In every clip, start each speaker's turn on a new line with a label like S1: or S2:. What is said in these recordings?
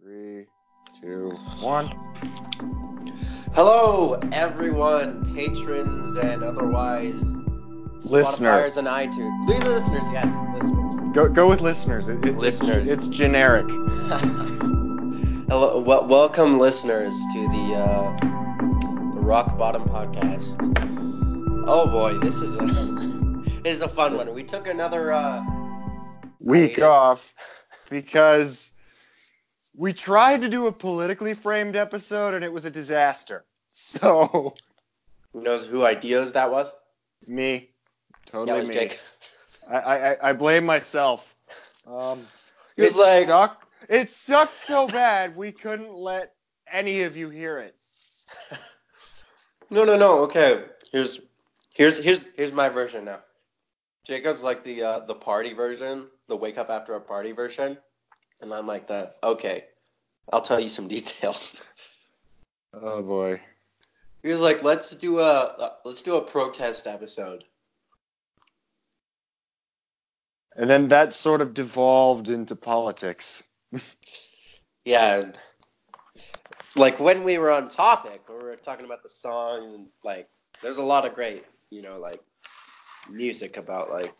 S1: two, one.
S2: Hello, everyone, patrons and otherwise
S1: Listener.
S2: Spotifyers and iTunes. Li- Listeners, yes, listeners.
S1: Go go with listeners. It, it-
S2: Listeners.
S1: It's generic.
S2: Hello, wel- welcome, listeners, to the, uh, the Rock Bottom podcast. Oh boy, this is a this is a fun one. We took another. Uh,
S1: Week
S2: Hiatus.
S1: off because we tried to do a politically framed episode and it was a disaster. So
S2: who knows who ideas that was?
S1: me,
S2: that
S1: totally
S2: was
S1: me.
S2: Jake.
S1: I, I I- I blame myself. Um,
S2: He was
S1: it
S2: like,
S1: sucked. It sucked so bad we couldn't let any of you hear it.
S2: No, no, no. Okay, here's here's here's here's my version now. Jacob's like the uh, the party version, the wake up after a party version, and I'm like the okay. I'll tell you some details.
S1: Oh boy.
S2: He was like, let's do a uh, let's do a protest episode.
S1: And then that sort of devolved into politics.
S2: Yeah. and- Like when we were on topic, when we were talking about the songs and like, there's a lot of great, you know, like music about like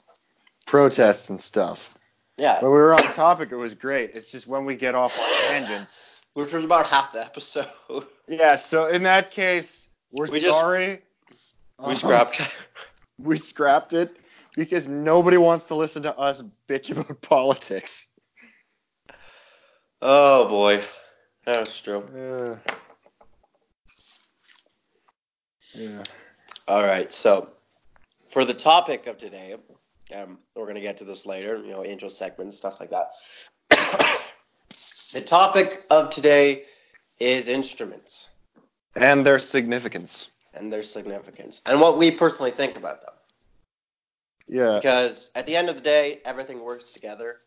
S1: protests and stuff.
S2: yeah,
S1: But we were on topic. It was great. It's just when we get off on tangents.
S2: which was about half the episode.
S1: Yeah. So in that case, we're
S2: We just-
S1: sorry.
S2: we
S1: Um,
S2: scrapped.
S1: We scrapped it because nobody wants to listen to us bitch about politics.
S2: Oh boy, that's true.
S1: Yeah. Yeah.
S2: All right, so for the topic of today, um, we're gonna get to this later. You know, intro segments, stuff like that. the topic of today is instruments
S1: And their significance.
S2: and their significance, and what we personally think about them.
S1: Yeah.
S2: Because at the end of the day, everything works together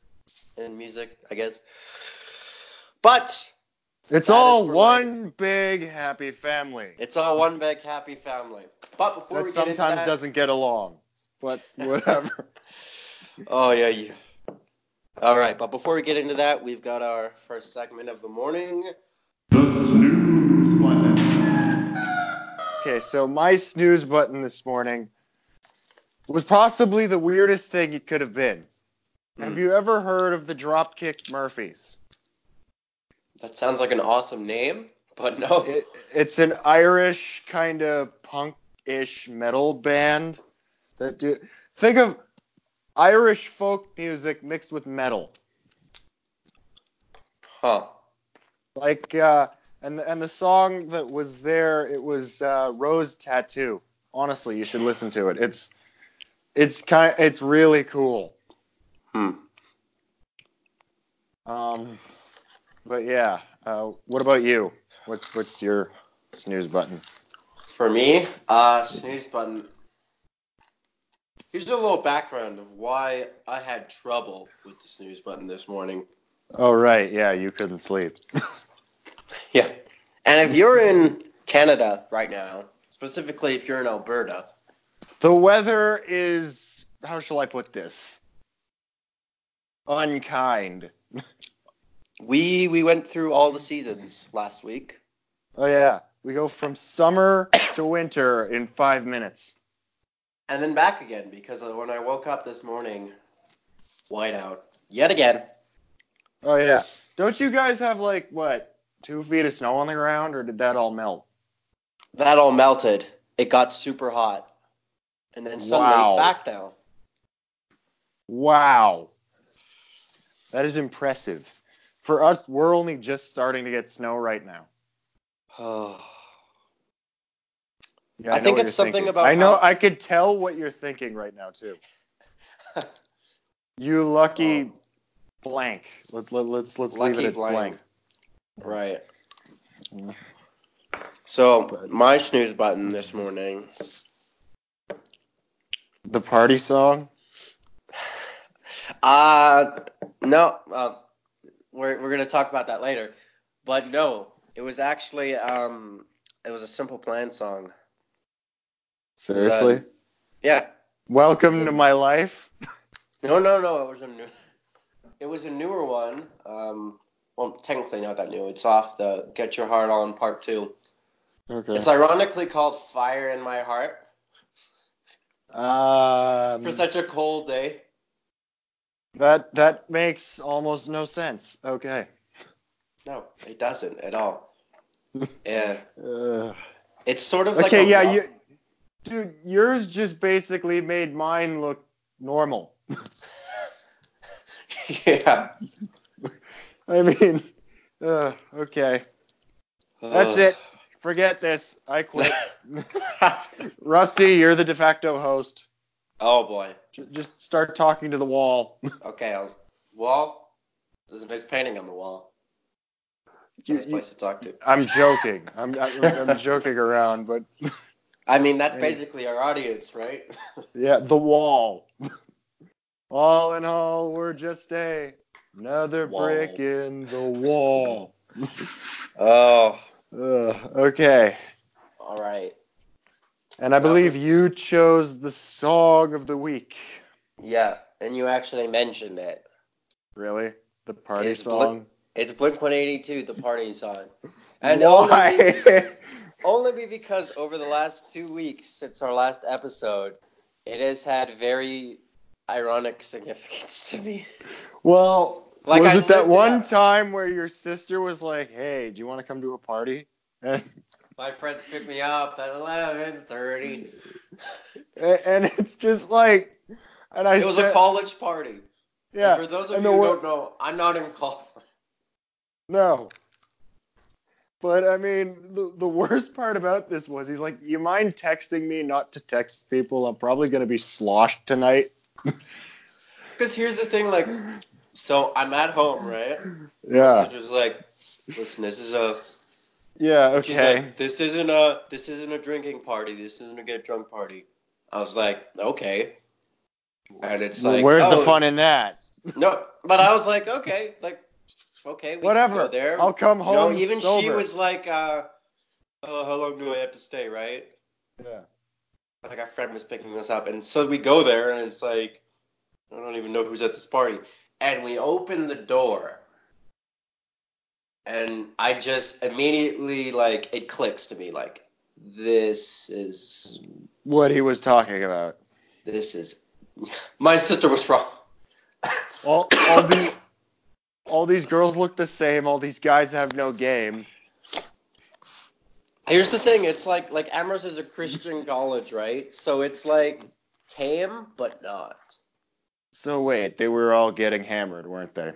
S2: in music, I guess. But
S1: It's
S2: That is
S1: all
S2: for
S1: one big happy family
S2: it's all one big happy family. But before
S1: that
S2: we get into
S1: sometimes
S2: that,
S1: doesn't get along. But whatever.
S2: Oh yeah, yeah. All right, but before we get into that, we've got our first segment of the morning.
S3: The snooze button.
S1: Okay, so my snooze button this morning was possibly the weirdest thing it could have been. Have
S2: Mm.
S1: you ever heard of the Dropkick Murphys?
S2: That sounds like an awesome name, but no.
S1: It, it's an Irish kind of punk-ish metal band that do think of Irish folk music mixed with metal.
S2: Huh.
S1: Like uh and and the song that was there it was uh, Rose Tattoo. Honestly, you should listen to it. It's it's kind it's really cool.
S2: Hmm.
S1: Um, but yeah, uh, what about you? What's what's your snooze button?
S2: For me, uh, snooze button. Here's a little background of why I had trouble with the snooze button this morning.
S1: Oh right, yeah, you couldn't sleep.
S2: Yeah. And if you're in Canada right now, specifically if you're in Alberta,
S1: The weather is how shall I put this? Unkind.
S2: we we went through all the seasons last week.
S1: Oh yeah, we go from summer to winter in five minutes.
S2: and then back again because when I woke up this morning, whiteout yet again.
S1: Oh yeah, don't you guys have like what two feet of snow on the ground, or did that all melt?
S2: That all melted. It got super hot, and then suddenly
S1: Wow.
S2: it's back down.
S1: Wow. That is impressive. For us, we're only just starting to get snow right now. Yeah, know
S2: I think
S1: what
S2: it's
S1: you're
S2: something
S1: thinking.
S2: about
S1: I know.
S2: how-
S1: I could tell what you're thinking right now too. you lucky blank. Let, let, let's let's leave
S2: Lucky
S1: it at blank.
S2: blank. right.
S1: Mm.
S2: So
S1: But-
S2: my snooze button this morning.
S1: The party song.
S2: Uh no. Uh, we're we're gonna talk about that later, but no, it was actually um it was a Simple Plan song.
S1: Seriously.
S2: Yeah.
S1: Welcome to my life.
S2: No, no, no. It was a new. It was a newer one. Um, well, technically not that new. It's off the Get Your Heart On Part Two.
S1: Okay.
S2: It's ironically called Fire in My Heart
S1: Um,
S2: for such a cold day.
S1: that that makes almost no sense. Okay.
S2: No, it doesn't at all. yeah,
S1: Ugh.
S2: it's sort of like
S1: okay.
S2: a
S1: yeah.
S2: love-
S1: You, dude, yours just basically made mine look normal.
S2: yeah.
S1: I mean, uh, okay.
S2: uh.
S1: That's it. Forget this. I quit.
S2: it.
S1: Rusty, you're the de facto host.
S2: oh boy.
S1: J- Just start talking to the wall.
S2: Okay. I was, well, there's a nice painting on the wall.
S1: You-
S2: nice
S1: you-
S2: place to talk to.
S1: I'm joking. I'm, I'm, I'm joking around, but
S2: I mean, that's
S1: Hey.
S2: basically our audience, right?
S1: yeah, the wall. all in all, we're just a another
S2: Wall.
S1: brick in the wall.
S2: Oh.
S1: Ugh, okay,
S2: All right.
S1: and I believe you chose the song of the week.
S2: Yeah, and you actually mentioned it.
S1: Really, the party
S2: It's bl-
S1: song.
S2: It's Blink 182, the party song. And Only,
S1: why?
S2: only be because over the last two weeks since our last episode, it has had very ironic significance to me.
S1: well,
S2: Like,
S1: was
S2: I
S1: it that
S2: looked it
S1: one
S2: up.
S1: time where your sister was like, "Hey, do you want to come to a party?" And
S2: My friends picked me up at 11:30.
S1: A- and it's just like, and I
S2: It was a
S1: said-
S2: college party.
S1: Yeah,
S2: And for those of
S1: and
S2: you
S1: the
S2: who
S1: wor-
S2: don't know, I'm not in college.
S1: no. But I mean, the, the worst part about this was he's like, "You mind texting me not to text people? I'm probably gonna be sloshed tonight."
S2: Because here's the thing, like, so I'm at home, right?
S1: Yeah,
S2: So just like, listen, this is a
S1: yeah,
S2: She's
S1: okay.
S2: like, this isn't a this isn't a drinking party. This isn't a get drunk party. I was like, okay. And it's
S1: Well,
S2: like,
S1: where's
S2: oh,
S1: the fun in that?
S2: No, but I was like, okay, like, okay, we can
S1: Whatever.
S2: go there.
S1: I'll come home.
S2: no, even she
S1: sober.
S2: was like, uh, oh, how long do I have to stay? Right?
S1: Yeah.
S2: Like our friend was picking us up, and so we go there, and it's like, I don't even know who's at this party, and we open the door. And I just immediately like it clicks to me like this is
S1: What he was talking about.
S2: this is my sister was wrong
S1: All, all the. All these girls look the same. All these guys have no game.
S2: here's the thing it's like like amherst is a christian college right so it's like tame but not
S1: So wait, they were all getting hammered, weren't they?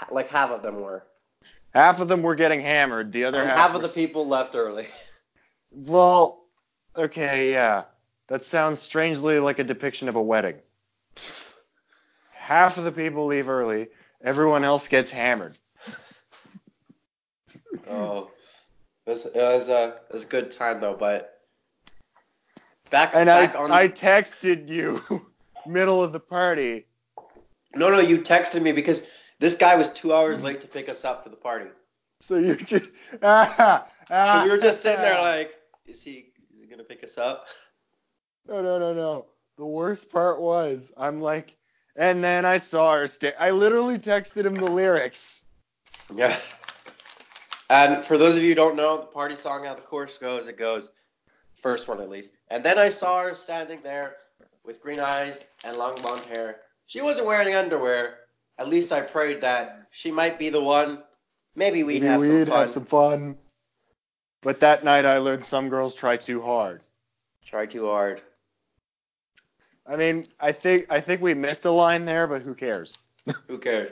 S2: Ha- like half of them were
S1: Half of them were getting hammered. The other
S2: and
S1: half,
S2: half of
S1: were-
S2: the people left early
S1: Well, okay, yeah. That sounds strangely like a depiction of a wedding. Half of the people leave early. Everyone else gets hammered.
S2: oh it was it was, uh, it was a good time though but back
S1: And I,
S2: back on
S1: I texted you middle of the party.
S2: no no you texted me because this guy was two hours late to pick us up for the party
S1: So you just ah,
S2: so
S1: ah,
S2: we were just sitting there like is he is he gonna pick us up
S1: No, no, no, no. The worst part was I'm like, and then I saw her stay. I literally texted him the lyrics.
S2: Yeah. And for those of you who don't know, the party song how the chorus goes, it goes first one at least. And then I saw her standing there with green eyes and long blonde hair. She wasn't wearing underwear. At least I prayed that she might be the one. Maybe we'd,
S1: Maybe
S2: have, some fun.
S1: have some fun. But that night I learned some girls try too hard.
S2: Try too hard.
S1: I mean, I think I think we missed a line there, but who cares?
S2: Who cares?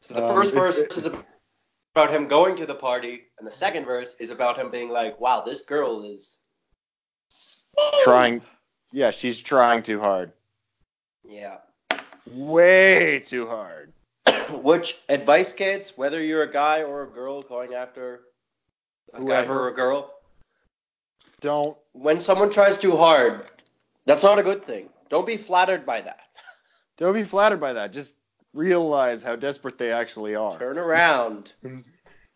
S2: So the
S1: Um,
S2: first
S1: it-
S2: verse
S1: it-
S2: is about him going to the party, and the second verse is about him being like, "Wow, this girl is."
S1: Trying, yeah, she's trying too hard,
S2: Yeah.
S1: way too hard.
S2: Which advice, kids? Whether you're a guy or a girl going after a guy
S1: Whoever.
S2: or a girl,
S1: Don't.
S2: when someone tries too hard, that's not a good thing. Don't be flattered by that.
S1: Don't be flattered by that. Just realize how desperate they actually are,
S2: Turn around.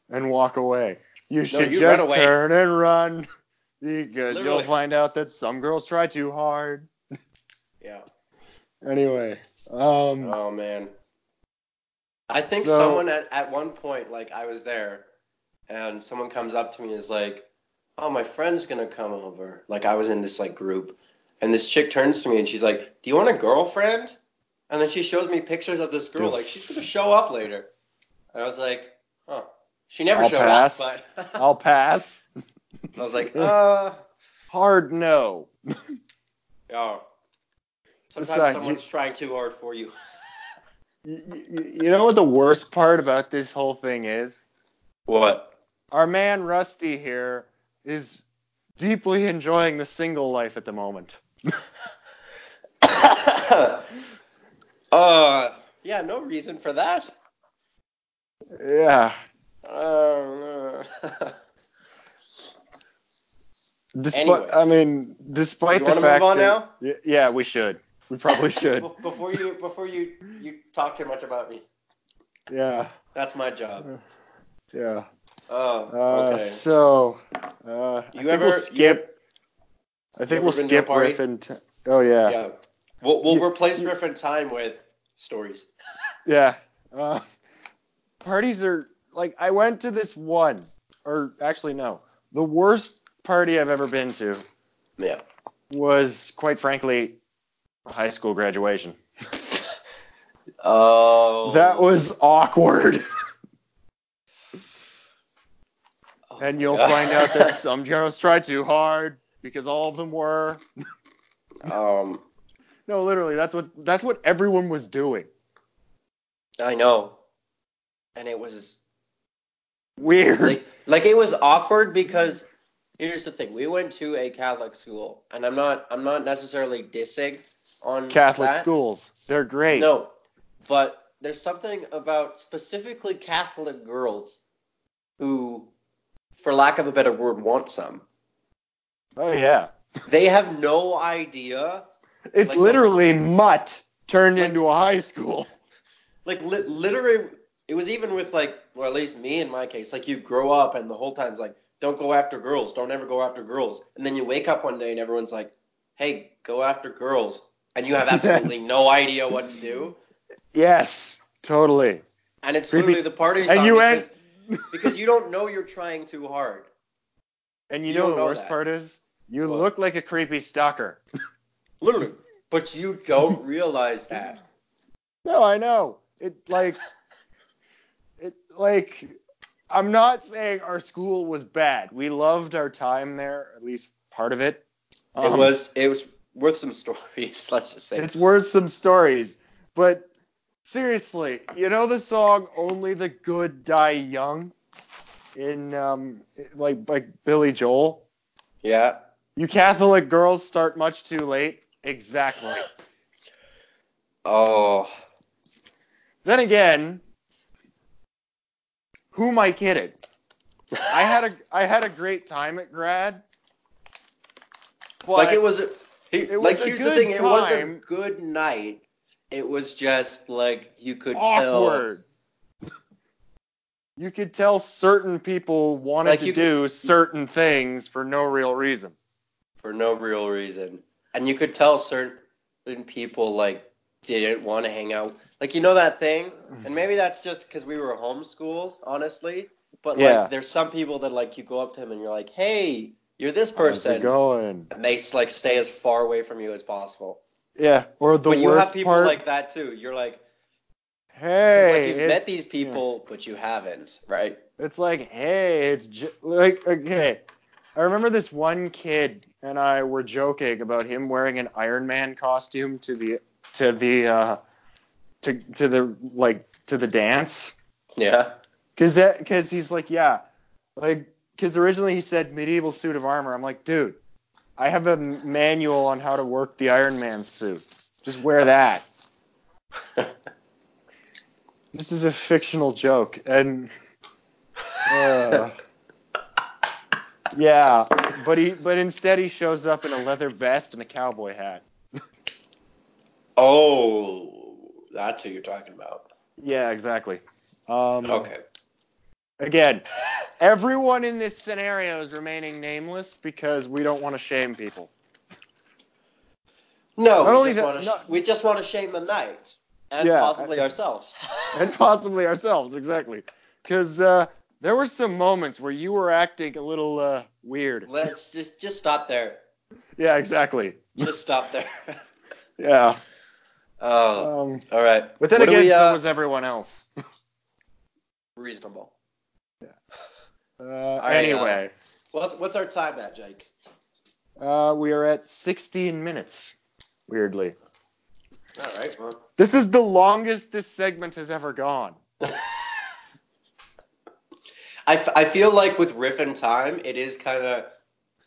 S1: and walk away. You should
S2: you
S1: just
S2: run away.
S1: turn and run, because you'll
S2: Literally.
S1: find out that some girls try too hard.
S2: Yeah. Uh.
S1: Anyway, um,
S2: Oh man. I think
S1: So-
S2: someone at, at one point, like I was there, and someone comes up to me and is like, "Oh, my friend's gonna come over." Like I was in this like group, and this chick turns to me and she's like, "Do you want a girlfriend?" And then she shows me pictures of this girl,
S1: Dude.
S2: like she's gonna show up later. And I was like, "Huh." She never
S1: I'll
S2: showed
S1: pass.
S2: up, but
S1: I'll pass.
S2: I was like, "Uh,
S1: Hard no.
S2: oh." Sometimes
S1: Besides,
S2: someone's trying too hard for you.
S1: Y- y- you know what the worst part about this whole thing is?
S2: What?
S1: Our man Rusty here is deeply enjoying the single life at the moment.
S2: uh, yeah, no reason for that.
S1: Yeah.
S2: Uh,
S1: Despite, I
S2: Anyways.
S1: mean, despite
S2: You
S1: the
S2: wanna move
S1: fact
S2: on
S1: that,
S2: now?
S1: Y- yeah, we should. We probably should.
S2: Be- Before you, before you, you talk too much about me.
S1: yeah.
S2: That's my job.
S1: Yeah.
S2: Oh,
S1: Uh,
S2: okay.
S1: So, uh, I think
S2: you ever
S1: we'll skip? I
S2: you
S1: think
S2: ever
S1: we'll
S2: been to a
S1: skip
S2: party?
S1: riff and t- oh yeah, yeah.
S2: yeah. We'll, we'll
S1: You-
S2: replace riff and time with stories.
S1: Uh, parties are like I went to this one, or actually no, the worst party I've ever been to
S2: Yeah.
S1: was quite frankly a high school graduation.
S2: Oh.
S1: That was awkward.
S2: Oh
S1: and
S2: my
S1: you'll
S2: God.
S1: find out that some girls try too hard because all of them were.
S2: um,
S1: No, literally, that's what that's what everyone was doing.
S2: I know. And it was
S1: Weird.
S2: like like it was awkward because here's the thing we went to a catholic school and i'm not i'm not necessarily dissing on
S1: Catholic
S2: that.
S1: schools, they're great.
S2: no but there's something about specifically catholic girls who for lack of a better word want some
S1: Oh yeah,
S2: they have no idea
S1: it's
S2: Like-
S1: literally mutt turned
S2: Like-
S1: into a high school.
S2: like li- literally it was even with like or at least me in my case like you grow up and the whole time's like don't go after girls don't ever go after girls and then you wake up one day and everyone's like hey go after girls and you have absolutely no idea what to do
S1: Yes, totally.
S2: and it's
S1: Creepy
S2: literally
S1: s-
S2: the party
S1: and you
S2: because, because you don't know you're trying too hard
S1: And you,
S2: You
S1: know
S2: don't
S1: the
S2: know
S1: worst
S2: that.
S1: part is you
S2: What?
S1: look like a creepy stalker.
S2: literally but you don't realize that
S1: No, I know. It like it like I'm not saying our school was bad. We loved our time there, at least part of it.
S2: it
S1: Um,
S2: was it was worth some stories let's just say
S1: it's worth some stories. But seriously, you know the song Only the Good Die Young in um like like Billy Joel?
S2: yeah
S1: You Catholic girls start much too late. Exactly.
S2: oh
S1: Then again, who am I kidding? I had a I had a great time at grad. But
S2: like it was, a- he,
S1: It was
S2: like
S1: a
S2: here's the
S1: good
S2: thing. It was a
S1: time.
S2: good night. It was just like you could
S1: awkward. You could tell certain people wanted
S2: Like
S1: to
S2: you-
S1: do certain things for no real reason.
S2: tell for no real reason, and you could tell certain people like didn't want to hang out. Like you know that thing,
S1: Mm-hmm.
S2: and maybe that's just because we were homeschooled, honestly. But
S1: Yeah.
S2: like, there's some people that like you go up to them and you're like, "Hey, you're this
S1: How's it
S2: person,"
S1: going.
S2: and they like stay as far away from you as possible.
S1: Yeah. Or the
S2: but
S1: worst
S2: you have people
S1: part.
S2: like that too. You're like, it's
S1: hey,
S2: like you've
S1: it's-
S2: met these people, but you haven't, right?
S1: It's like, hey, it's j-, like, okay. I remember this one kid and I were joking about him wearing an Iron Man costume to the to the uh, to to the like to the dance
S2: Yeah.
S1: because that because he's like, yeah, like because originally he said medieval suit of armor. I'm like, dude, I have a m- manual on how to work the Iron Man suit. Just wear that. this is a fictional joke, and uh, yeah, but he but instead he shows up in a leather vest and a cowboy hat.
S2: Oh, that's who you're talking about.
S1: Yeah, exactly. Um,
S2: Okay.
S1: Again, everyone in this scenario is remaining nameless because we don't want to shame people.
S2: No,
S1: Not only
S2: we, just
S1: that-
S2: wanna sh-
S1: not-
S2: we just want to shame the night. and
S1: Yeah.
S2: possibly ourselves.
S1: and possibly ourselves exactly because uh, there were some moments where you were acting a little uh, weird
S2: Let's just just stop there.
S1: yeah exactly
S2: Just stop there.
S1: yeah
S2: Oh,
S1: um,
S2: all right.
S1: but then
S2: What do
S1: again
S2: we,
S1: so
S2: uh,
S1: was everyone else
S2: reasonable.
S1: uh,
S2: right,
S1: anyway
S2: What's what's our time at, Jake?
S1: uh, we are at 16 minutes weirdly
S2: All right. Well,
S1: this is the longest this segment has ever gone
S2: I, f- I feel like with riff and time, it is kind of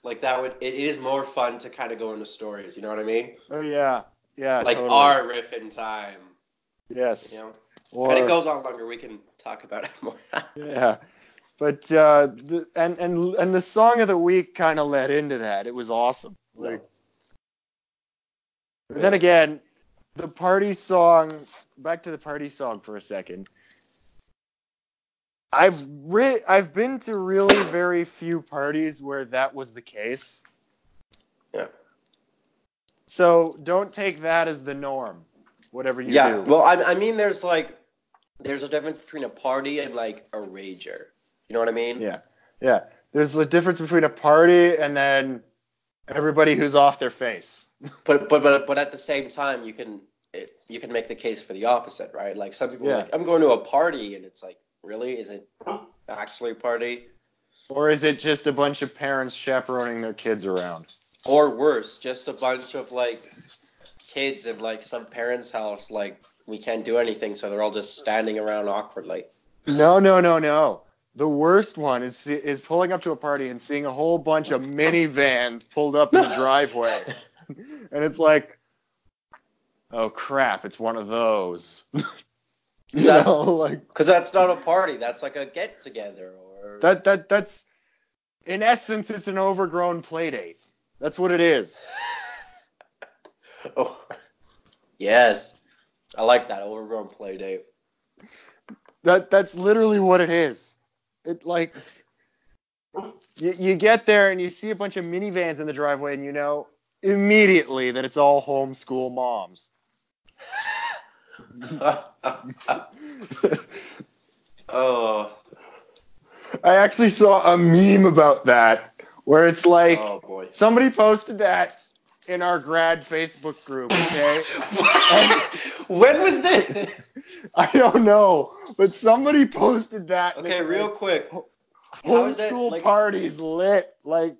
S2: like that would it is more fun to kind of go into stories. You know what I mean?
S1: oh yeah yeah
S2: like
S1: totally.
S2: our riff and time.
S1: yes
S2: You know,
S1: or,
S2: and it goes on longer. We can talk about it more.
S1: yeah but uh, the, and and and the song of the week kind of led into that it was awesome like But then again, the party song. Back to the party song for a second. I've re- I've been to really very few parties where that was the case.
S2: Yeah.
S1: So don't take that as the norm. Whatever you
S2: yeah.
S1: do.
S2: Well, I, I mean, there's like there's a difference between a party and like a rager. You know what I mean?
S1: yeah. Yeah. There's the difference between a party and then everybody who's off their face.
S2: But but but but at the same time, you can it, you can make the case for the opposite, right? Like some people, are
S1: Yeah.
S2: like I'm going to a party, and it's like, really, is it actually a party?
S1: Or is it just a bunch of parents chaperoning their kids around?
S2: Or worse, just a bunch of like kids in like some parents' house, like we can't do anything, so they're all just standing around awkwardly.
S1: No, no, no, no. The worst one is is pulling up to a party and seeing a whole bunch of minivans pulled up in the driveway, and it's like, oh crap, it's one of those. you
S2: That's-
S1: know, like
S2: Because that's not a party. That's like a get together or
S1: that that that's in essence, it's an overgrown playdate. That's what it is.
S2: Oh, yes, I like that overgrown play date.
S1: That that's literally what it is. It like you, you get there and you see a bunch of minivans in the driveway and you know immediately that it's all homeschool moms.
S2: oh,
S1: I actually saw a meme about that where it's like
S2: oh boy.
S1: somebody posted that in our grad Facebook group, okay?
S2: when was this?
S1: I don't know, but somebody posted that. and
S2: Okay,
S1: it's
S2: real
S1: like,
S2: quick. how is that,
S1: homeschool
S2: like-
S1: parties lit. Like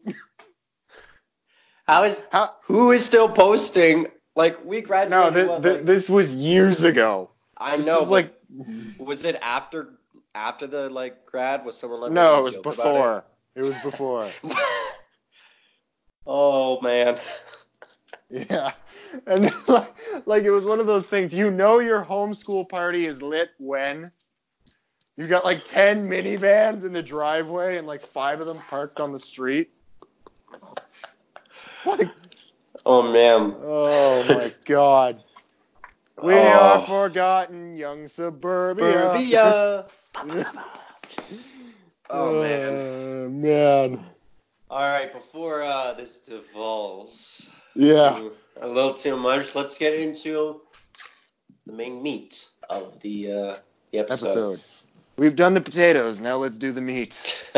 S2: How is
S1: how
S2: who is still posting? Like we graduated.
S1: No, this,
S2: what, like-
S1: this was years ago.
S2: I
S1: This
S2: know.
S1: is
S2: but
S1: like
S2: was it after after the like grad? Was someone like
S1: no, it
S2: making
S1: was
S2: a joke about
S1: before. It was before.
S2: it? oh man.
S1: Yeah. And like, like it was one of those things. You know your homeschool party is lit when you've got like 10 minivans in the driveway and like five of them parked on the street. Like,
S2: Oh man.
S1: oh my god. We
S2: Oh.
S1: are forgotten young suburbia.
S2: Burbia.
S1: Uh,
S2: oh man.
S1: man.
S2: All right, before uh, this devolves
S1: Yeah.
S2: to a little too much, let's get into the main meat of the uh, the episode.
S1: Episode. We've done the potatoes. Now let's do the meat.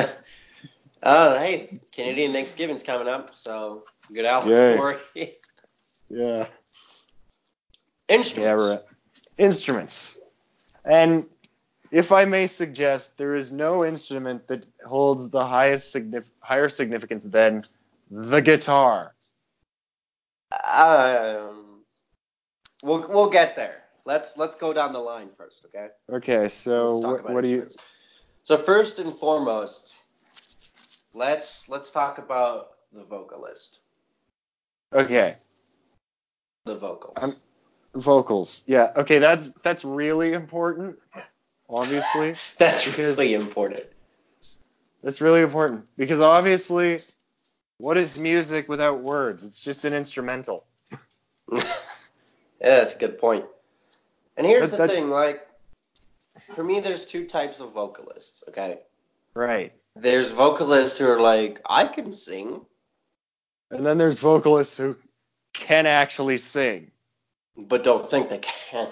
S2: uh, hey, Canadian Thanksgiving's coming up, so good allegory.
S1: Yeah. Yeah,
S2: Instruments.
S1: right. Instruments. And if I may suggest, there is no instrument that holds the highest signif- higher significance than the guitar.
S2: Um, we'll we'll get there. Let's let's go down the line first, okay?
S1: Okay, so
S2: Let's talk
S1: what,
S2: about
S1: what do you?
S2: instruments. So first and foremost, let's let's talk about the vocalist,
S1: Okay,
S2: the vocals.
S1: I'm- vocals. Yeah. Okay, that's that's really important. Obviously,
S2: That's
S1: Because-
S2: really important.
S1: that's really important because obviously, what is music without words? It's just an instrumental.
S2: yeah, that's a good point. And here's
S1: That-
S2: the
S1: that's-
S2: thing, like for me, there's two types of vocalists. Okay,
S1: Right.
S2: there's vocalists who are like, I can sing.
S1: And then there's vocalists who can actually sing.
S2: but don't think they can.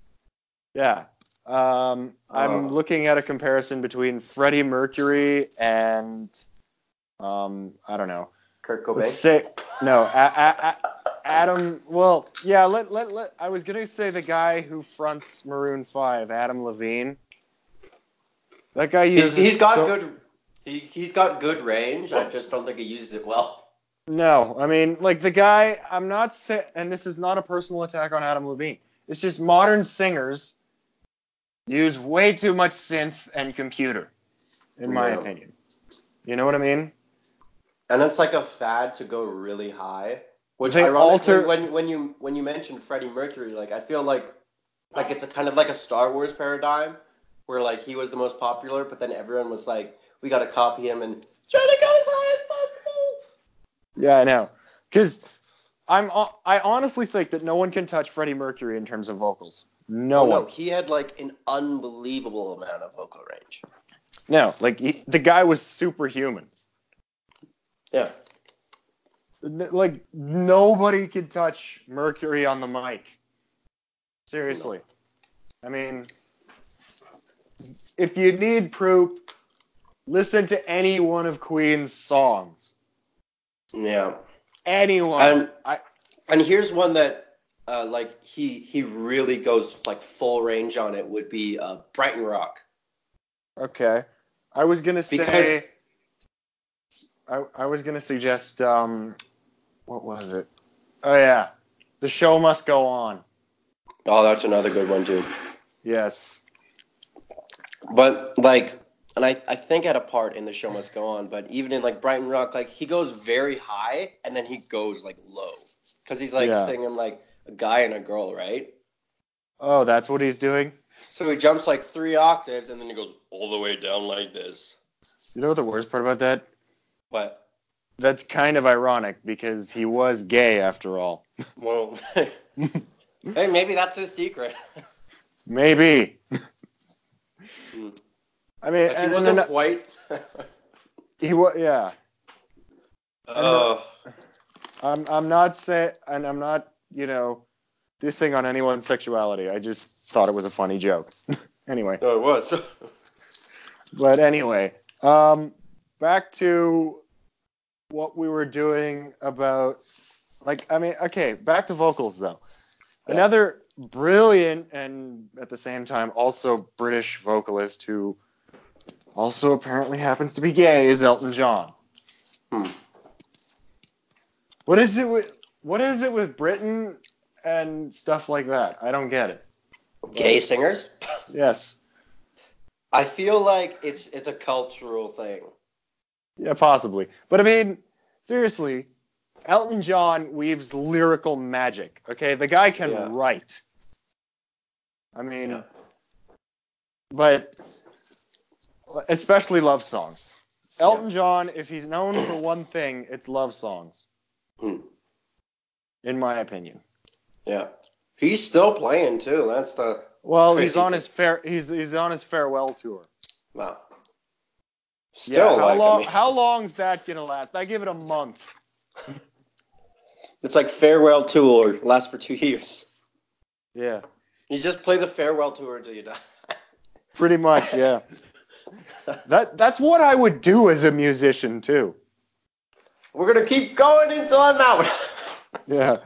S1: Yeah. Um, I'm
S2: Oh.
S1: looking at a comparison between Freddie Mercury and um, I don't know.
S2: Kurt
S1: Let's
S2: Cobain.
S1: say no. A- a- a- Adam. Well, yeah. Let, let let I was gonna say the guy who fronts Maroon Five, Adam Levine. That guy
S2: He's,
S1: uses.
S2: he's got
S1: so-
S2: good. He he's got good range. I just don't think he uses it well.
S1: No, I mean, like the guy. I'm not saying, and this is not a personal attack on Adam Levine. It's just modern singers use way too much synth and computer, in my
S2: Yeah.
S1: opinion. You know what I mean?
S2: And it's like a fad to go really high. Which
S1: They
S2: ironically,
S1: alter-
S2: when when you when you mentioned Freddie Mercury, like I feel like like it's a kind of like a Star Wars paradigm where like he was the most popular, but then everyone was like, we got to copy him and try to go as high as possible.
S1: Yeah, I know. Because I'm, uh, I honestly think that no one can touch Freddie Mercury in terms of vocals. Oh, No
S2: no,
S1: one.
S2: he had like an unbelievable amount of vocal range.
S1: No, like he, the guy was superhuman.
S2: Yeah.
S1: N- Like nobody could touch Mercury on the mic. Seriously. I mean, if you need proof, listen to any one of Queen's songs.
S2: Yeah.
S1: Anyone.
S2: And-
S1: I,
S2: And here's one that, uh, like he he really goes like full range on it would be uh, Brighton Rock
S1: okay. I was going to say.
S2: because
S1: I, I was gonna suggest um, what was it? Oh yeah, the show must go on.
S2: oh that's another good one too.
S1: Yes.
S2: But like, and I I think had a part in the show must go on. But even in like Brighton Rock, like he goes very high and then he goes like low because he's like
S1: Yeah.
S2: singing like a guy and a girl, right?
S1: Oh, that's what he's doing.
S2: So he jumps like three octaves and then he goes all the way down like this.
S1: You know what the worst part about that?
S2: But
S1: That's kind of ironic because he was gay after all.
S2: well, hey, maybe that's his secret.
S1: Maybe.
S2: Hmm.
S1: I mean,
S2: Like,
S1: and,
S2: he
S1: and
S2: wasn't
S1: then,
S2: quite.
S1: he was. Yeah, uh,
S2: Oh.
S1: I'm. I'm not saying, and I'm not. You know, dissing on anyone's sexuality. I just thought it was a funny joke. anyway.
S2: No, it was.
S1: But anyway, um, back to what we were doing about, like, I mean, okay, back to vocals though.
S2: Yeah.
S1: Another brilliant and at the same time also British vocalist who also apparently happens to be gay is Elton John.
S2: Hmm.
S1: What is it with what is it with Britain and stuff like that? I don't get it.
S2: Gay singers?
S1: Yes.
S2: I feel like it's it's a cultural thing.
S1: Yeah, possibly. But I mean, seriously, Elton John weaves lyrical magic. Okay, the guy can
S2: Yeah.
S1: write. I mean,
S2: Yeah.
S1: but especially love songs. Elton John, if he's known for one thing, it's love songs,
S2: Hmm.
S1: in my opinion.
S2: Yeah. He's still playing too. That's the
S1: Well, he's
S2: Crazy
S1: on
S2: thing.
S1: his fair he's he's on his farewell tour.
S2: wow.
S1: Yeah,
S2: Still
S1: how
S2: like I
S1: long
S2: mean,
S1: how long's that gonna last? I give it a month.
S2: it's like farewell tour lasts for two years.
S1: Yeah.
S2: You just play the farewell tour until you die.
S1: Pretty much, yeah. that that's what I would do as a musician too.
S2: We're gonna keep going until I'm out.
S1: Yeah,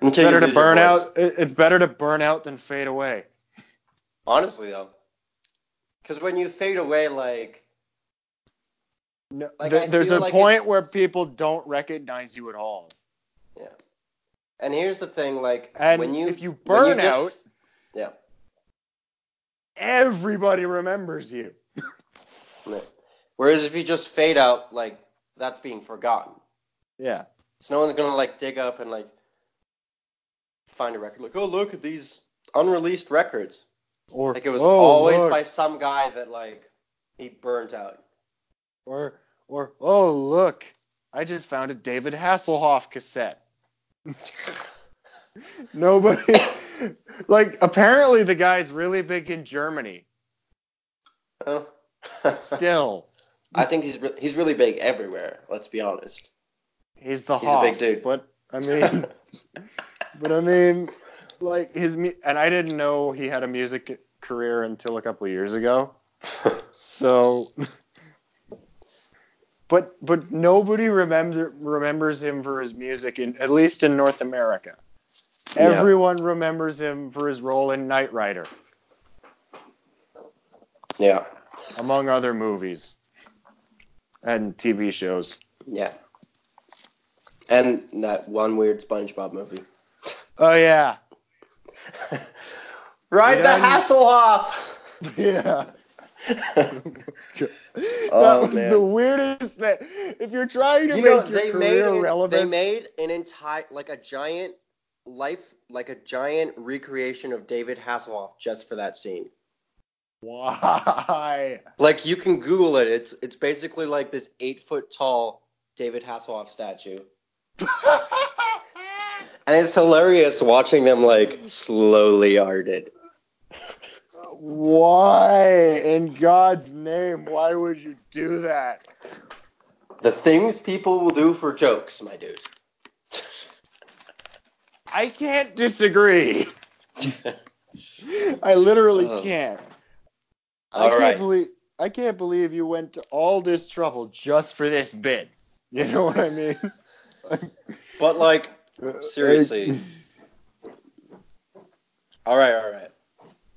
S2: until you
S1: better to
S2: lose your
S1: burn
S2: voice.
S1: out. it- It's better to burn out than fade away.
S2: Honestly though, because when you fade away, like
S1: No,
S2: Like,
S1: there-
S2: I
S1: there's
S2: feel
S1: a
S2: like
S1: point where people don't recognize you at all,
S2: and here's the thing, like
S1: and
S2: when you
S1: if you
S2: when
S1: burn
S2: just-
S1: out,
S2: yeah.
S1: everybody remembers you.
S2: Yeah. Whereas if you just fade out, like that's being forgotten.
S1: Yeah,
S2: So no one's gonna like dig up and like find a record. Like, oh look at these unreleased records.
S1: or
S2: Like it was
S1: "Oh,
S2: always
S1: look,"
S2: by some guy that like he burnt out.
S1: or or oh look, I just found a David Hasselhoff cassette. Nobody, like apparently the guy's really big in Germany
S2: Oh.
S1: still.
S2: I think he's re- he's really big everywhere. Let's be honest.
S1: He's the
S2: He's a big
S1: Hoff,
S2: dude.
S1: But I mean, but I mean, like his mu- and I didn't know he had a music career until a couple of years ago. so but but nobody remember, remembers him for his music in at least in North America.
S2: Yeah.
S1: Everyone remembers him for his role in Knight Rider
S2: Yeah.
S1: among other movies and TV shows.
S2: Yeah. And that one weird SpongeBob movie.
S1: Oh yeah.
S2: Right,
S1: Yeah.
S2: Hasselhoff.
S1: Yeah. that
S2: Oh,
S1: was
S2: man.
S1: the weirdest thing. If you're trying to
S2: you
S1: make
S2: know
S1: your
S2: they made
S1: career
S2: an,
S1: relevant,
S2: they made an entire like a giant life like a giant recreation of David Hasselhoff just for that scene.
S1: why?
S2: Like you can Google it. It's it's basically like this eight foot tall David Hasselhoff statue, and it's hilarious watching them like slowly art it.
S1: why in God's name? Why would you do that?
S2: The things people will do for jokes, my dude.
S1: I can't disagree. I literally
S2: Oh.
S1: can't. I
S2: All
S1: can't
S2: right.
S1: believe I can't believe you went to all this trouble just for this bit. You know what I mean?
S2: But like seriously. all right, all right.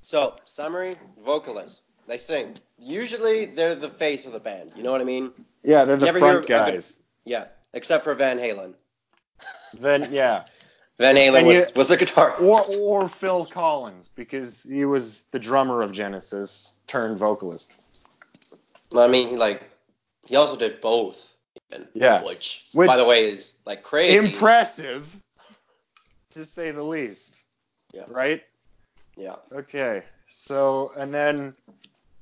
S2: So summary: vocalist. They sing. Usually they're the face of the band. You know what I mean?
S1: Yeah, they're the
S2: Never
S1: front
S2: hear of a-
S1: guys.
S2: Yeah. Except for Van Halen.
S1: Then yeah.
S2: Van Halen
S1: And
S2: was,
S1: you-
S2: was the guitarist.
S1: Or or Phil Collins, because he was the drummer of Genesis turned vocalist.
S2: I mean, he like he also did both. Even,
S1: Yeah.
S2: Which,
S1: Which-
S2: by the way, is like crazy.
S1: Impressive to say the least.
S2: Yeah.
S1: Right?
S2: yeah.
S1: Okay. So and then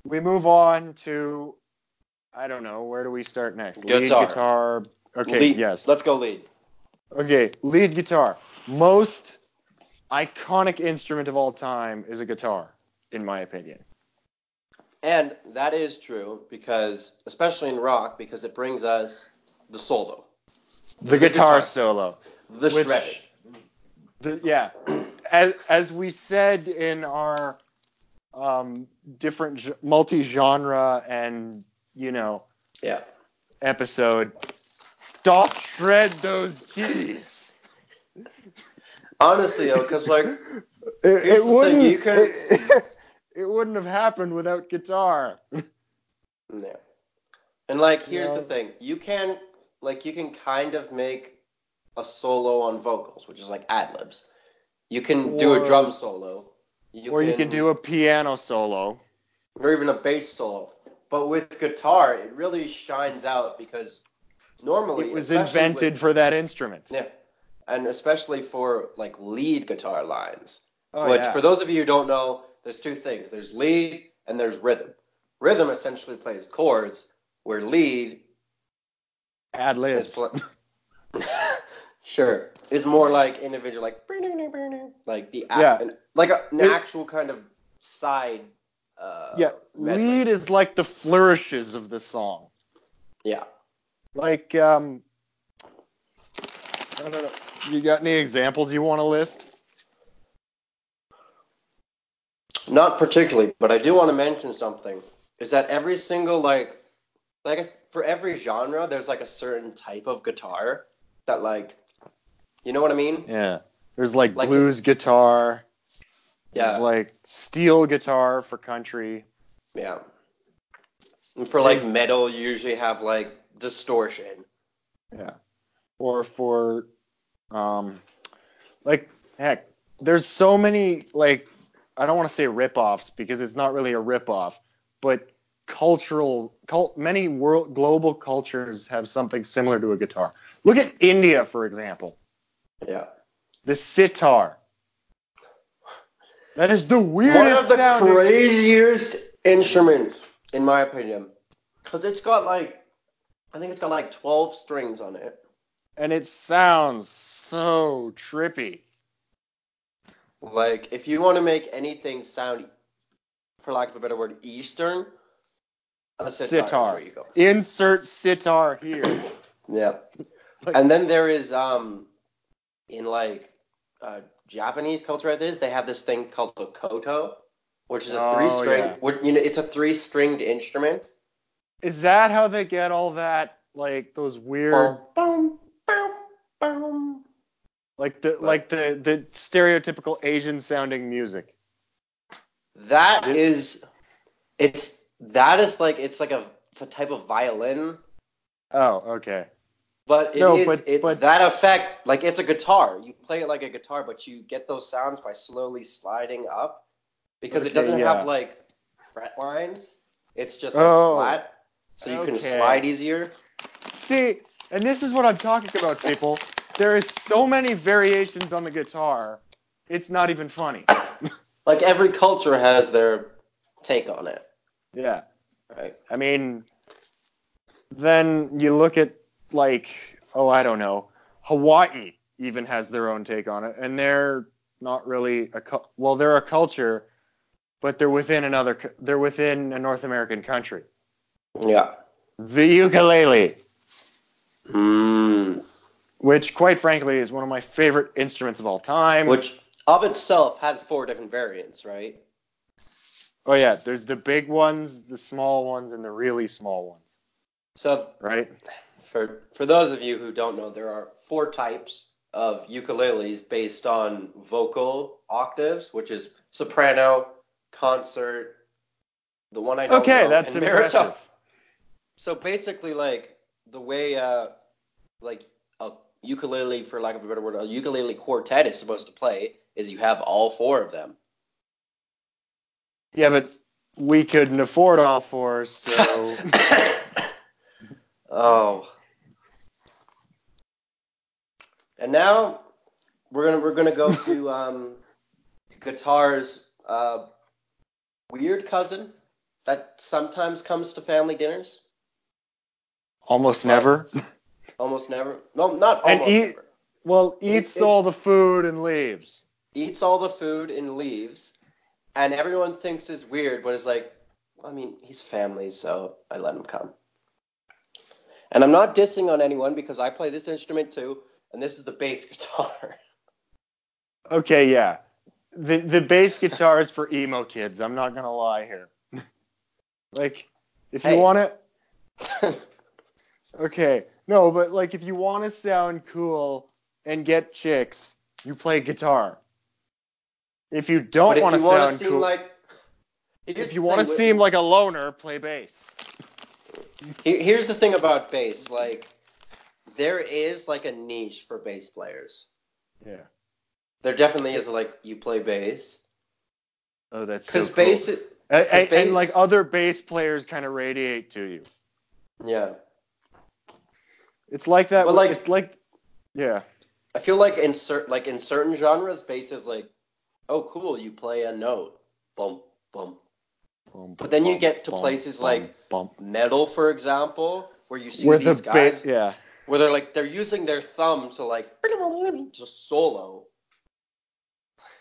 S1: we move on to I don't know, where do we start next?
S2: Guitar.
S1: Lead guitar. Okay,
S2: lead,
S1: yes.
S2: Let's go lead.
S1: Okay, lead guitar. Most iconic instrument of all time is a guitar, in my opinion.
S2: And that is true because, especially in rock, because it brings us the solo,
S1: The
S2: guitar.
S1: guitar solo.
S2: the
S1: Which-
S2: shredding.
S1: The, yeah. As, as we said in our um, different ge- multi genre and, you know,
S2: Yeah.
S1: episode, stop shred those keys.
S2: Honestly, though, because like
S1: It, it
S2: Here's the thing,
S1: wouldn't,
S2: you can-
S1: it, it wouldn't have happened without guitar.
S2: No. And like here's
S1: No.
S2: the thing. You can like you can kind of make a solo on vocals, which is like ad libs. You can do
S1: Or-
S2: a drum solo. You
S1: or you could do a piano solo.
S2: or even a bass solo. But with guitar, it really shines out because normally
S1: It was
S2: Oh, especially
S1: invented for that instrument.
S2: With, yeah. And especially for like lead guitar lines.
S1: Oh,
S2: which
S1: yeah.
S2: for those of you who don't know, there's two things. There's lead and there's rhythm. Rhythm essentially plays chords, where lead
S1: ad
S2: is
S1: libs.
S2: pl- sure. It's more like individual, like like the ac-
S1: Yeah.
S2: an- like a, an
S1: It-
S2: actual kind of side. Uh,
S1: yeah,
S2: medley.
S1: lead is like the flourishes of the song.
S2: Yeah.
S1: Like, um, I don't know. You got any examples you want to list?
S2: Not particularly, but I do want to mention something. Is that every single like, like for every genre, there's like a certain type of guitar that like, you know what I mean?
S1: Yeah. There's like,
S2: Like-
S1: blues guitar.
S2: Yeah.
S1: There's like steel guitar for country.
S2: Yeah. And for like
S1: There's-
S2: metal, you usually have like distortion.
S1: Yeah. Or for um like heck, there's so many like I don't want to say rip-offs because it's not really a rip-off, but cultural cult many world global cultures have something similar to a guitar. Look at India for example.
S2: Yeah.
S1: The sitar. That is the weirdest
S2: One of the
S1: sounding-
S2: craziest instruments, in my opinion, because it's got like, I think it's got like twelve strings on it.
S1: and it sounds so trippy.
S2: Like, if you want to make anything sound, for lack of a better word, Eastern, a sitar. is
S1: Sitar.
S2: Where you go.
S1: Insert sitar here.
S2: Yeah.
S1: Like-
S2: and then there is um, in like uh, Japanese culture it is, they have this thing called the koto, which is a
S1: Oh,
S2: three string.
S1: yeah.
S2: which, You know, it's a three stringed instrument.
S1: Is that how they get all that like those weird
S2: Boom, boom, boom, boom.
S1: like the like the the stereotypical Asian sounding music?
S2: That
S1: Did-
S2: is, it's that is like it's like a it's a type of violin,
S1: Oh, okay.
S2: but it is
S1: No, but-
S2: it,
S1: but-
S2: that effect like it's a guitar. You play it like a guitar, but you get those sounds by slowly sliding up because
S1: Okay,
S2: it doesn't
S1: yeah.
S2: have like fret lines. It's just
S1: Oh.
S2: like flat, so you
S1: Okay.
S2: can slide easier.
S1: See, and this is what I'm talking about, people. There is so many variations on the guitar. It's not even funny.
S2: Like every culture has their take on it,
S1: Yeah.
S2: right?
S1: I mean, then you look at like, oh, I don't know, Hawaii even has their own take on it, and they're not really a cul- well, they're a culture, but they're within another, c- they're within a North American country.
S2: Yeah.
S1: The ukulele,
S2: Mm.
S1: which quite frankly is one of my favorite instruments of all time.
S2: Which of itself has four different variants, right?
S1: oh yeah, there's the big ones, the small ones, and the really small ones,
S2: So
S1: right?
S2: For for those of you who don't know, there are four types of ukuleles based on vocal octaves, which is soprano, concert, the one I don't
S1: Okay,
S2: know,
S1: that's
S2: and baritone.
S1: impressive.
S2: So basically, like the way, uh, like a ukulele, for lack of a better word, a ukulele quartet is supposed to play is you have all four of them.
S1: Yeah, but we couldn't afford all four, so.
S2: Oh. And now we're gonna we're gonna go to um, guitar's uh, weird cousin that sometimes comes to family dinners.
S1: Almost never.
S2: Almost never. No, not
S1: And
S2: almost
S1: eat-
S2: never.
S1: Well, eats
S2: It- it-
S1: all the food and leaves.
S2: Eats all the food and leaves, and everyone thinks is weird, but it's like, I mean, he's family, so I let him come. And I'm not dissing on anyone because I play this instrument too, and this is the bass guitar.
S1: Okay, yeah. The the bass guitar is for emo kids. I'm not gonna lie here. like, if you
S2: Hey.
S1: want to, okay, no, but like if you want to sound cool and get chicks, you play guitar. If you
S2: But
S1: don't
S2: if
S1: want to
S2: you want to
S1: sound
S2: seem
S1: cool,
S2: like, Here's
S1: if you
S2: the
S1: want to
S2: thing with-
S1: seem like a loner, play bass.
S2: Here- here's the thing about bass, like there is like a niche for bass players.
S1: Yeah.
S2: There definitely is like you play bass
S1: Oh, that's
S2: because
S1: so cool.
S2: bass, i-
S1: And- and-
S2: bass-
S1: and like other bass players kind of radiate to you.
S2: yeah.
S1: It's like that.
S2: But,
S1: with-
S2: like-
S1: it's like, yeah,
S2: I feel like in certain like in certain genres, bass is like, oh cool, you play a note, bump bump. But then you get to places like
S1: bump,
S2: Metal, for example, where you see
S1: where the
S2: these guys
S1: bass, yeah,
S2: where they're like they're using their thumb to like to solo,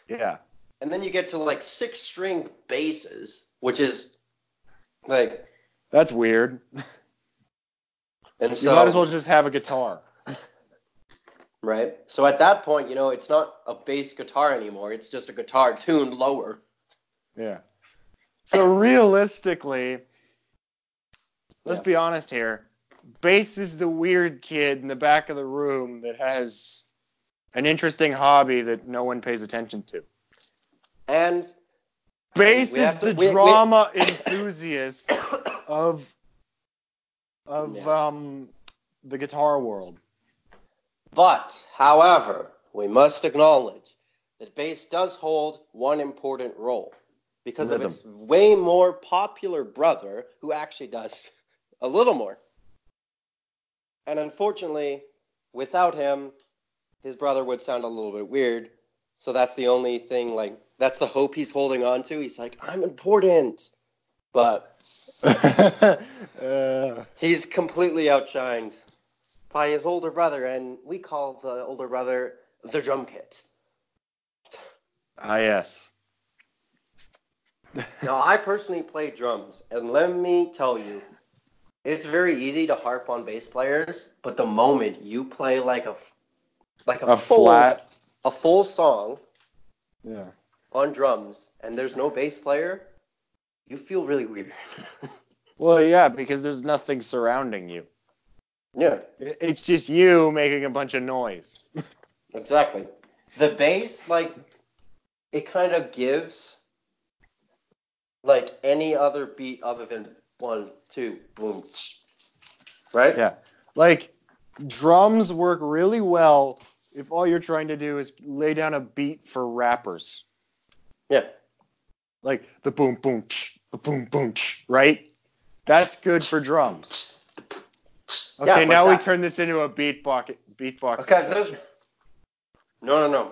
S1: yeah,
S2: and then you get to like six string basses, which is like
S1: that's weird.
S2: and
S1: you
S2: so
S1: might as well just have a guitar.
S2: right. So at that point, you know, it's not a bass guitar anymore; it's just a guitar tuned lower.
S1: Yeah. So realistically, let's
S2: Yeah.
S1: be honest here. Bass is the weird kid in the back of the room that has an interesting hobby that no one pays attention to.
S2: And
S1: Bass
S2: We
S1: is
S2: have to-
S1: the
S2: we- we-
S1: drama enthusiast of of
S2: Yeah.
S1: um the guitar world.
S2: but, however, we must acknowledge that bass does hold one important role because
S1: Rhythm.
S2: of its way more popular brother, who actually does a little more. And unfortunately, without him, his brother would sound a little bit weird. So that's the only thing, like, that's the hope he's holding on to. He's like, I'm important. But
S1: Uh,
S2: he's completely outshined by his older brother, and we call the older brother the drum kit.
S1: ah, yes.
S2: Now, I personally play drums, and let me tell you, it's very easy to harp on bass players, but the moment you play like a like a,
S1: A
S2: full,
S1: flat.
S2: a full song
S1: Yeah.
S2: on drums and there's no bass player, you feel really weird.
S1: Well, yeah, because there's nothing surrounding you.
S2: yeah,
S1: I- It's just you making a bunch of noise.
S2: exactly. The bass, like, it kind of gives like any other beat other than one, two, boom, tch. right?
S1: Yeah. Like drums work really well if all you're trying to do is lay down a beat for rappers.
S2: Yeah.
S1: Like the boom boom tch, the boom boom tch, right? That's good for drums.
S2: Yeah,
S1: Okay,
S2: but
S1: now we
S2: that-
S1: turn this into a beatbox beatbox.
S2: Okay,
S1: session.
S2: those... No, no, no.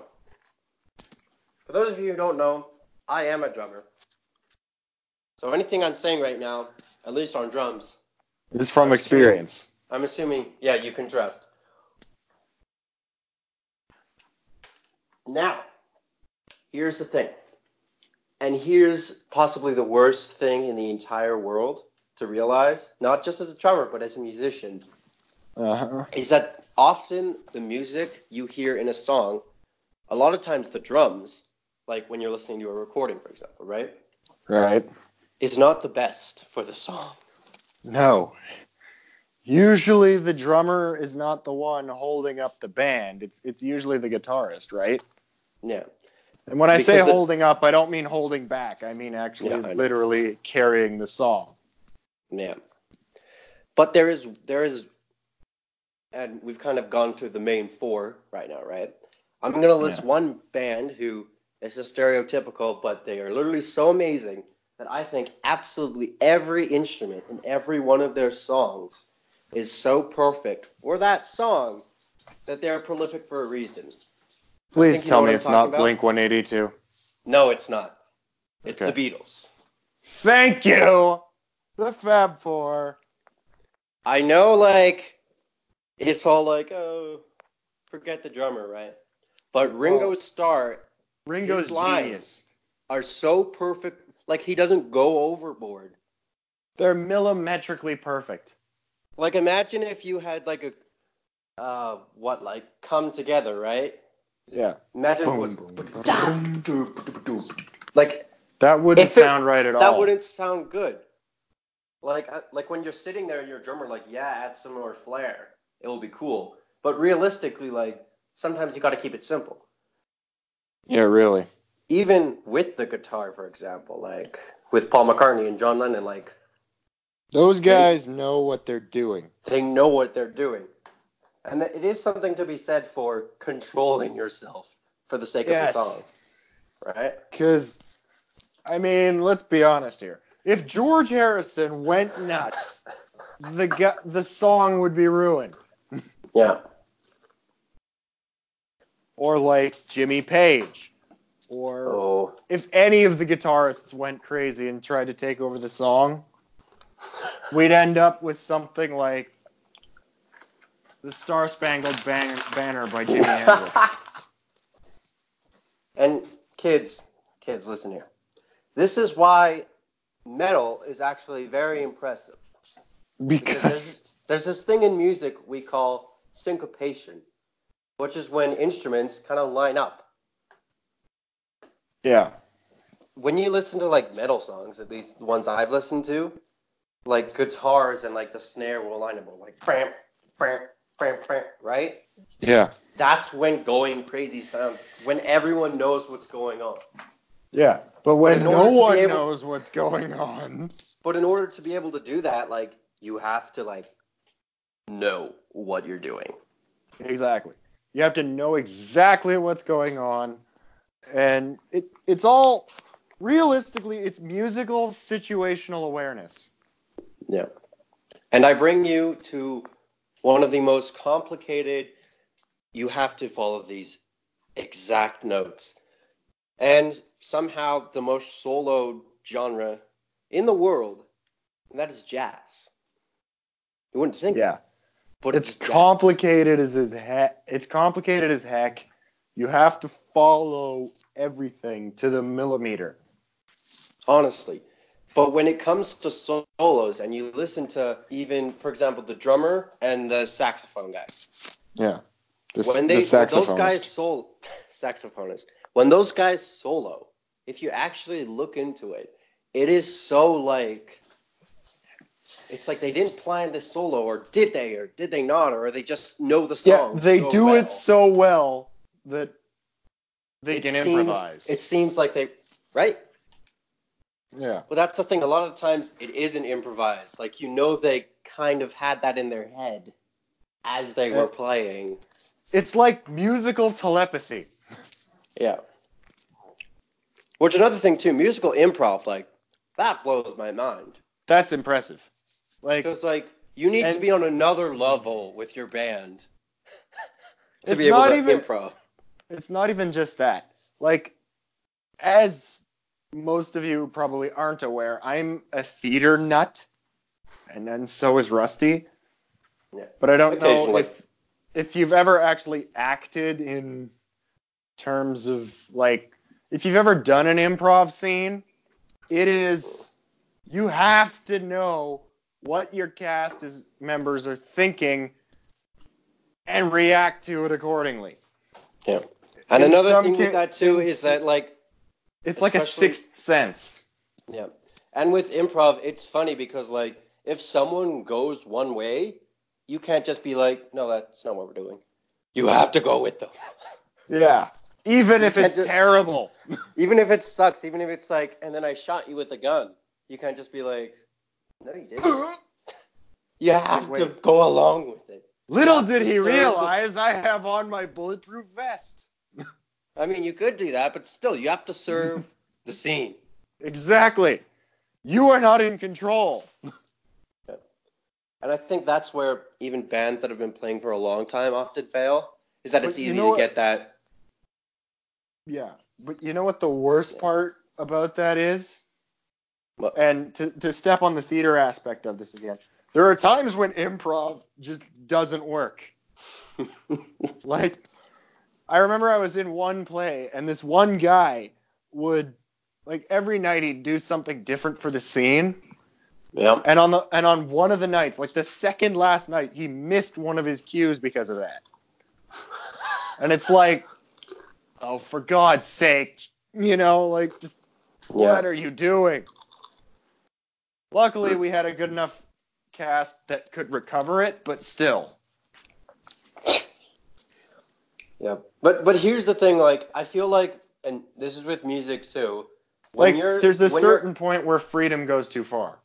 S2: For those of you who don't know, I am a drummer. So anything I'm saying right now, at least on drums,
S1: this is from experience.
S2: I'm assuming, yeah, you can trust. Now, here's the thing. And here's possibly the worst thing in the entire world to realize, not just as a drummer, but as a musician,
S1: Uh-huh.
S2: is that often the music you hear in a song, a lot of times the drums, like when you're listening to a recording, for example, right,
S1: Right.
S2: is not the best for the song.
S1: No. Usually the drummer is not the one holding up the band. It's it's usually the guitarist, right?
S2: Yeah.
S1: And when I say
S2: Because the-
S1: holding up, I don't mean holding back. I mean actually
S2: Yeah, I know.
S1: literally carrying the song.
S2: Yeah. But there is there is and we've kind of gone through the main four right now, right? I'm gonna list one band who is just stereotypical, but they are literally so amazing that I think absolutely every instrument in every one of their songs is so perfect for that song that they're prolific for a reason.
S1: Please
S2: think you
S1: tell
S2: know what
S1: me
S2: I'm
S1: it's
S2: talking
S1: not
S2: about.
S1: Blink 182.
S2: No, it's not. It's
S1: Okay.
S2: the Beatles.
S1: Thank you. The Fab Four.
S2: I know, like, it's all like, oh, forget the drummer, right? But Ringo
S1: Oh.
S2: Starr
S1: Ringo's
S2: His lines.
S1: genius.
S2: are so perfect. Like, he doesn't go overboard.
S1: They're millimetrically perfect.
S2: Like, imagine if you had, like, a, uh, what, like, come together, right?
S1: Yeah.
S2: Imagine if it
S1: Boom,
S2: was,
S1: boom, boom,
S2: like,
S1: That wouldn't
S2: If it-
S1: sound right at all.
S2: that wouldn't sound good. Like, uh, like when you're sitting there and you're a drummer, like, yeah, add some more flair. It will be cool. But realistically, like, sometimes you got to keep it simple.
S1: Yeah, really.
S2: even with the guitar, for example, like with Paul McCartney and John Lennon, like
S1: Those guys know what they're doing.
S2: they know what they're doing. And that it is something to be said for controlling yourself for the sake
S1: Yes.
S2: of the song, right?
S1: Because, I mean, let's be honest here. If George Harrison went nuts, the gu- the song would be ruined.
S2: Yeah.
S1: Or like Jimmy Page. Or
S2: Oh,
S1: if any of the guitarists went crazy and tried to take over the song, we'd end up with something like the Star Spangled Ban- Banner by Jimi Hendrix.
S2: and kids, kids, listen here. This is why metal is actually very impressive. because there's, there's this thing in music we call syncopation, which is when instruments kind of line up.
S1: yeah,
S2: When you listen to like metal songs, at least the ones I've listened to, like guitars and like the snare will line up like bam, bam, bam, bam, right?
S1: yeah,
S2: That's when going crazy sounds when everyone knows what's going on.
S1: yeah. But when
S2: In order
S1: no
S2: to be
S1: one
S2: able-
S1: knows what's going on,
S2: But in order to be able to do that, like you have to like know what you're doing.
S1: exactly, you have to know exactly what's going on, and it it's all realistically it's musical situational awareness.
S2: Yeah. And I bring you to one of the most complicated, you have to follow these exact notes. And somehow the most soloed genre in the world, and that is jazz. You wouldn't think it, but
S1: it's
S2: jazz.
S1: complicated as as heck. It's complicated as heck. You have to follow everything to the millimeter.
S2: honestly. But when it comes to solos, and you listen to even, for example, the drummer and the saxophone guy,
S1: Yeah.
S2: when they those guys solo saxophonist When those guys solo, if you actually look into it, it is so like it's like they didn't plan this solo, or did they, or did they not, or they just know the
S1: Yeah,
S2: song.
S1: they
S2: so
S1: do
S2: well.
S1: it so well that they
S2: It
S1: can
S2: seems-
S1: improvise.
S2: It seems like they, right?
S1: yeah.
S2: Well, that's the thing. A lot of times it isn't improvised. Like you know, they kind of had that in their head as they
S1: Yeah.
S2: were playing.
S1: It's like musical telepathy.
S2: Yeah. Which another thing too, musical improv, like that blows my mind.
S1: That's impressive. Like
S2: Because like you need to
S1: And-
S2: be on another level with your band to
S1: It's
S2: be able
S1: not
S2: to
S1: even-
S2: improv.
S1: it's not even just that. Like as most of you probably aren't aware, I'm a theater nut and then so is Rusty.
S2: Yeah.
S1: But I don't know
S2: Occasionally.
S1: if if you've ever actually acted in terms of like if you've ever done an improv scene, it is you have to know what your cast is, members are thinking and react to it accordingly.
S2: Yeah. And
S1: In
S2: another
S1: some
S2: thing
S1: ca-
S2: with that too
S1: in
S2: is
S1: s-
S2: that like
S1: It's like a
S2: Especially-
S1: sixth sense.
S2: yeah. And with improv, it's funny because like if someone goes one way, you can't just be like, no, that's not what we're doing. You have to go with them.
S1: Yeah. Even if
S2: can't
S1: it's
S2: just-
S1: terrible.
S2: even if it sucks, even if it's like, and then I shot you with a gun, you can't just be like, no, you didn't. You have to
S1: Wait.
S2: go along with it.
S1: Little
S2: Yeah,
S1: did he
S2: serve the-
S1: realize I have on my bulletproof vest.
S2: I mean, you could do that, but still, you have to serve the scene.
S1: Exactly. You are not in control.
S2: And I think that's where even bands that have been playing for a long time often fail, is that
S1: But
S2: it's
S1: you
S2: easy
S1: know
S2: to
S1: what-
S2: get that.
S1: Yeah, but you know what the worst part about that is?
S2: What?
S1: And to, to step on the theater aspect of this again, there are times when improv just doesn't work. like, I remember I was in one play, and this one guy would, like, every night he'd do something different for the scene.
S2: Yeah.
S1: And on the and on one of the nights, like the second last night, he missed one of his cues because of that. and it's like, oh, for God's sake, you know, like just what
S2: Yeah.
S1: are you doing? Luckily, we had a good enough cast that could recover it, but still,
S2: yeah. But but here's the thing, like, I feel like, and this is with music too. When
S1: like
S2: you're-
S1: there's a
S2: when you're-
S1: certain point where freedom goes too far.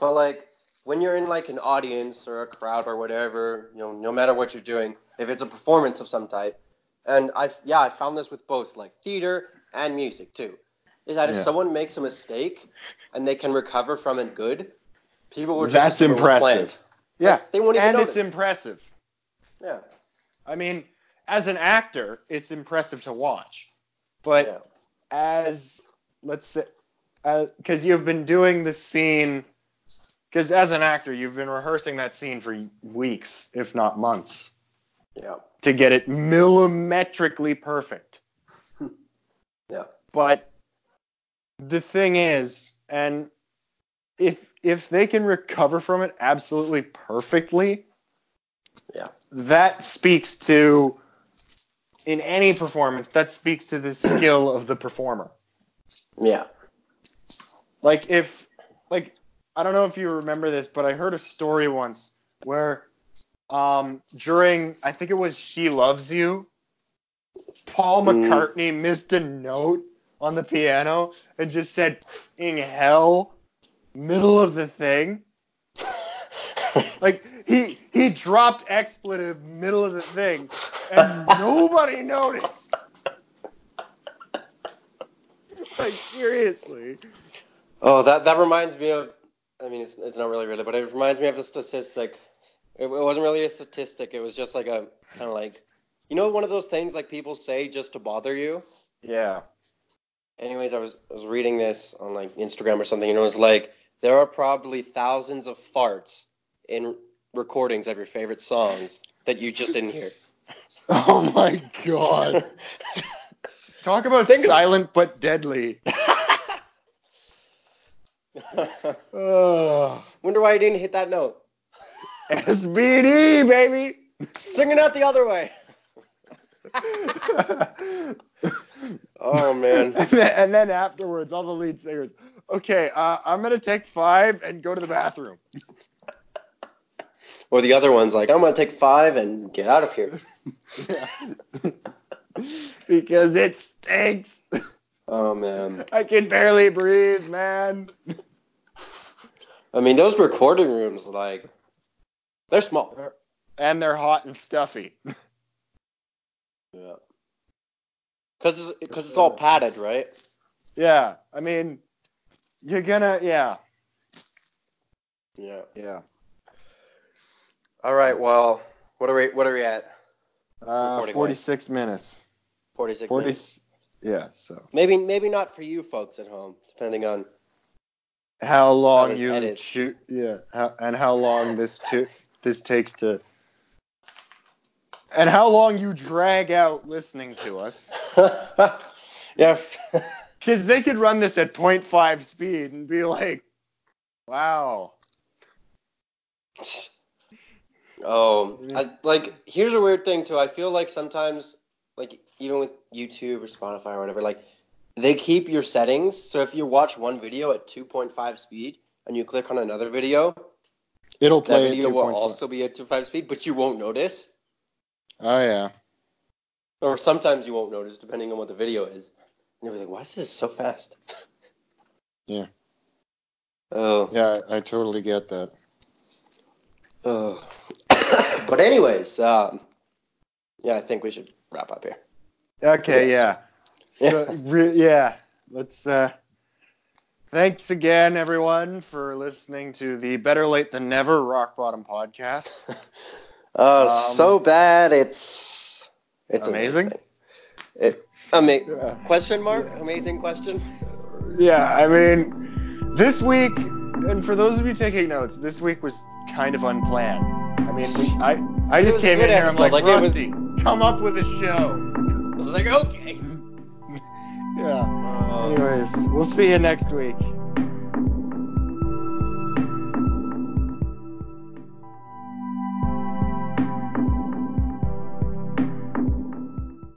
S2: But like when you're in like an audience or a crowd or whatever, you know, no matter what you're doing, if it's a performance of some type, and I yeah, I found this with both like theater and music too, is that
S1: Yeah.
S2: if someone makes a mistake and they can recover from it good, people will just
S1: That's
S2: assume it was
S1: impressive.
S2: planned.
S1: Yeah,
S2: They won't even
S1: and
S2: notice.
S1: it's impressive.
S2: yeah,
S1: I mean, as an actor, it's impressive to watch, but.
S2: yeah,
S1: as let's say because you've been doing the scene because as an actor you've been rehearsing that scene for weeks if not months
S2: yeah,
S1: to get it millimetrically perfect
S2: yeah.
S1: but the thing is and if if they can recover from it absolutely perfectly
S2: Yeah.
S1: that speaks to in any performance that speaks to the skill of the performer
S2: Yeah.
S1: like if like i don't know if you remember this but i heard a story once where um during i think it was she loves you paul
S2: Mm.
S1: mccartney missed a note on the piano and just said in hell middle of the thing like he he dropped expletive middle of the thing and nobody noticed like seriously
S2: Oh, that that reminds me of. I mean, it's it's not really really, but it reminds me of a statistic. It, it wasn't really a statistic. It was just like a kind of like, you know, one of those things like people say just to bother you.
S1: yeah
S2: Anyways, I was I was reading this on like Instagram or something, and it was like there are probably thousands of farts in recordings of your favorite songs that you just didn't hear.
S1: Oh my god. Talk about
S2: Think of-
S1: silent but deadly. Ugh.
S2: Wonder why you didn't hit that note.
S1: SBD, baby.
S2: Singing out the other way. Oh man.
S1: and, then, and then afterwards, all the lead singers. Okay, uh, I'm gonna take five and go to the bathroom.
S2: or the other one's like, I'm gonna take five and get out of here.
S1: because it stinks.
S2: Oh man.
S1: I can barely breathe, man.
S2: I mean, those recording rooms, like, they're small.
S1: And they're hot and stuffy.
S2: Yeah. Because it's, 'cause it's all padded, right?
S1: Yeah, I mean, you're gonna, yeah,
S2: Yeah.
S1: yeah.
S2: All right. Well, what are we? What are we at?
S1: Uh,
S2: Recording
S1: 46 minutes.
S2: Forty six.
S1: 40,
S2: minutes?
S1: yeah, so.
S2: Maybe, maybe not for you folks at home, depending on.
S1: How long
S2: this
S1: you
S2: edits.
S1: shoot, yeah, how, and how long this to, this takes to, and how long you drag out listening to us.
S2: yeah.
S1: Because they could run this at 0.5 speed and be like, wow.
S2: Oh, I, like here's a weird thing too. I feel like sometimes, like even with YouTube or Spotify or whatever, like they keep your settings. So if you watch one video at 2.5 speed and you click on another video,
S1: It'll
S2: that
S1: play at
S2: video will
S1: 2.5.
S2: also be at 2.5 speed, but you won't notice.
S1: oh, yeah.
S2: Or sometimes you won't notice, depending on what the video is. And you'll be like, "Why is this so fast?"
S1: Yeah.
S2: Oh.
S1: Yeah, I, I totally get that.
S2: Oh. but anyways, um, yeah, I think we should wrap up here.
S1: Okay, yeah.
S2: Yeah.
S1: So, re- yeah. Let's. Uh, thanks again, everyone, for listening to the Better Late Than Never Rock Bottom podcast.
S2: Uh,
S1: Um,
S2: so bad. It's it's
S1: Amazing?
S2: amazing. It, ama-
S1: Yeah.
S2: Question mark? Amazing question.
S1: Yeah, I mean, this week, and for those of you taking notes, this week was kind of unplanned. I mean, we, I I
S2: It
S1: just
S2: was
S1: came
S2: a
S1: in
S2: good
S1: here. I'm
S2: episode,
S1: like,
S2: like, it was-
S1: Rusty, come up with a show.
S2: I was like, okay.
S1: Yeah.
S2: Uh,
S1: Um, Anyways, we'll see you next week.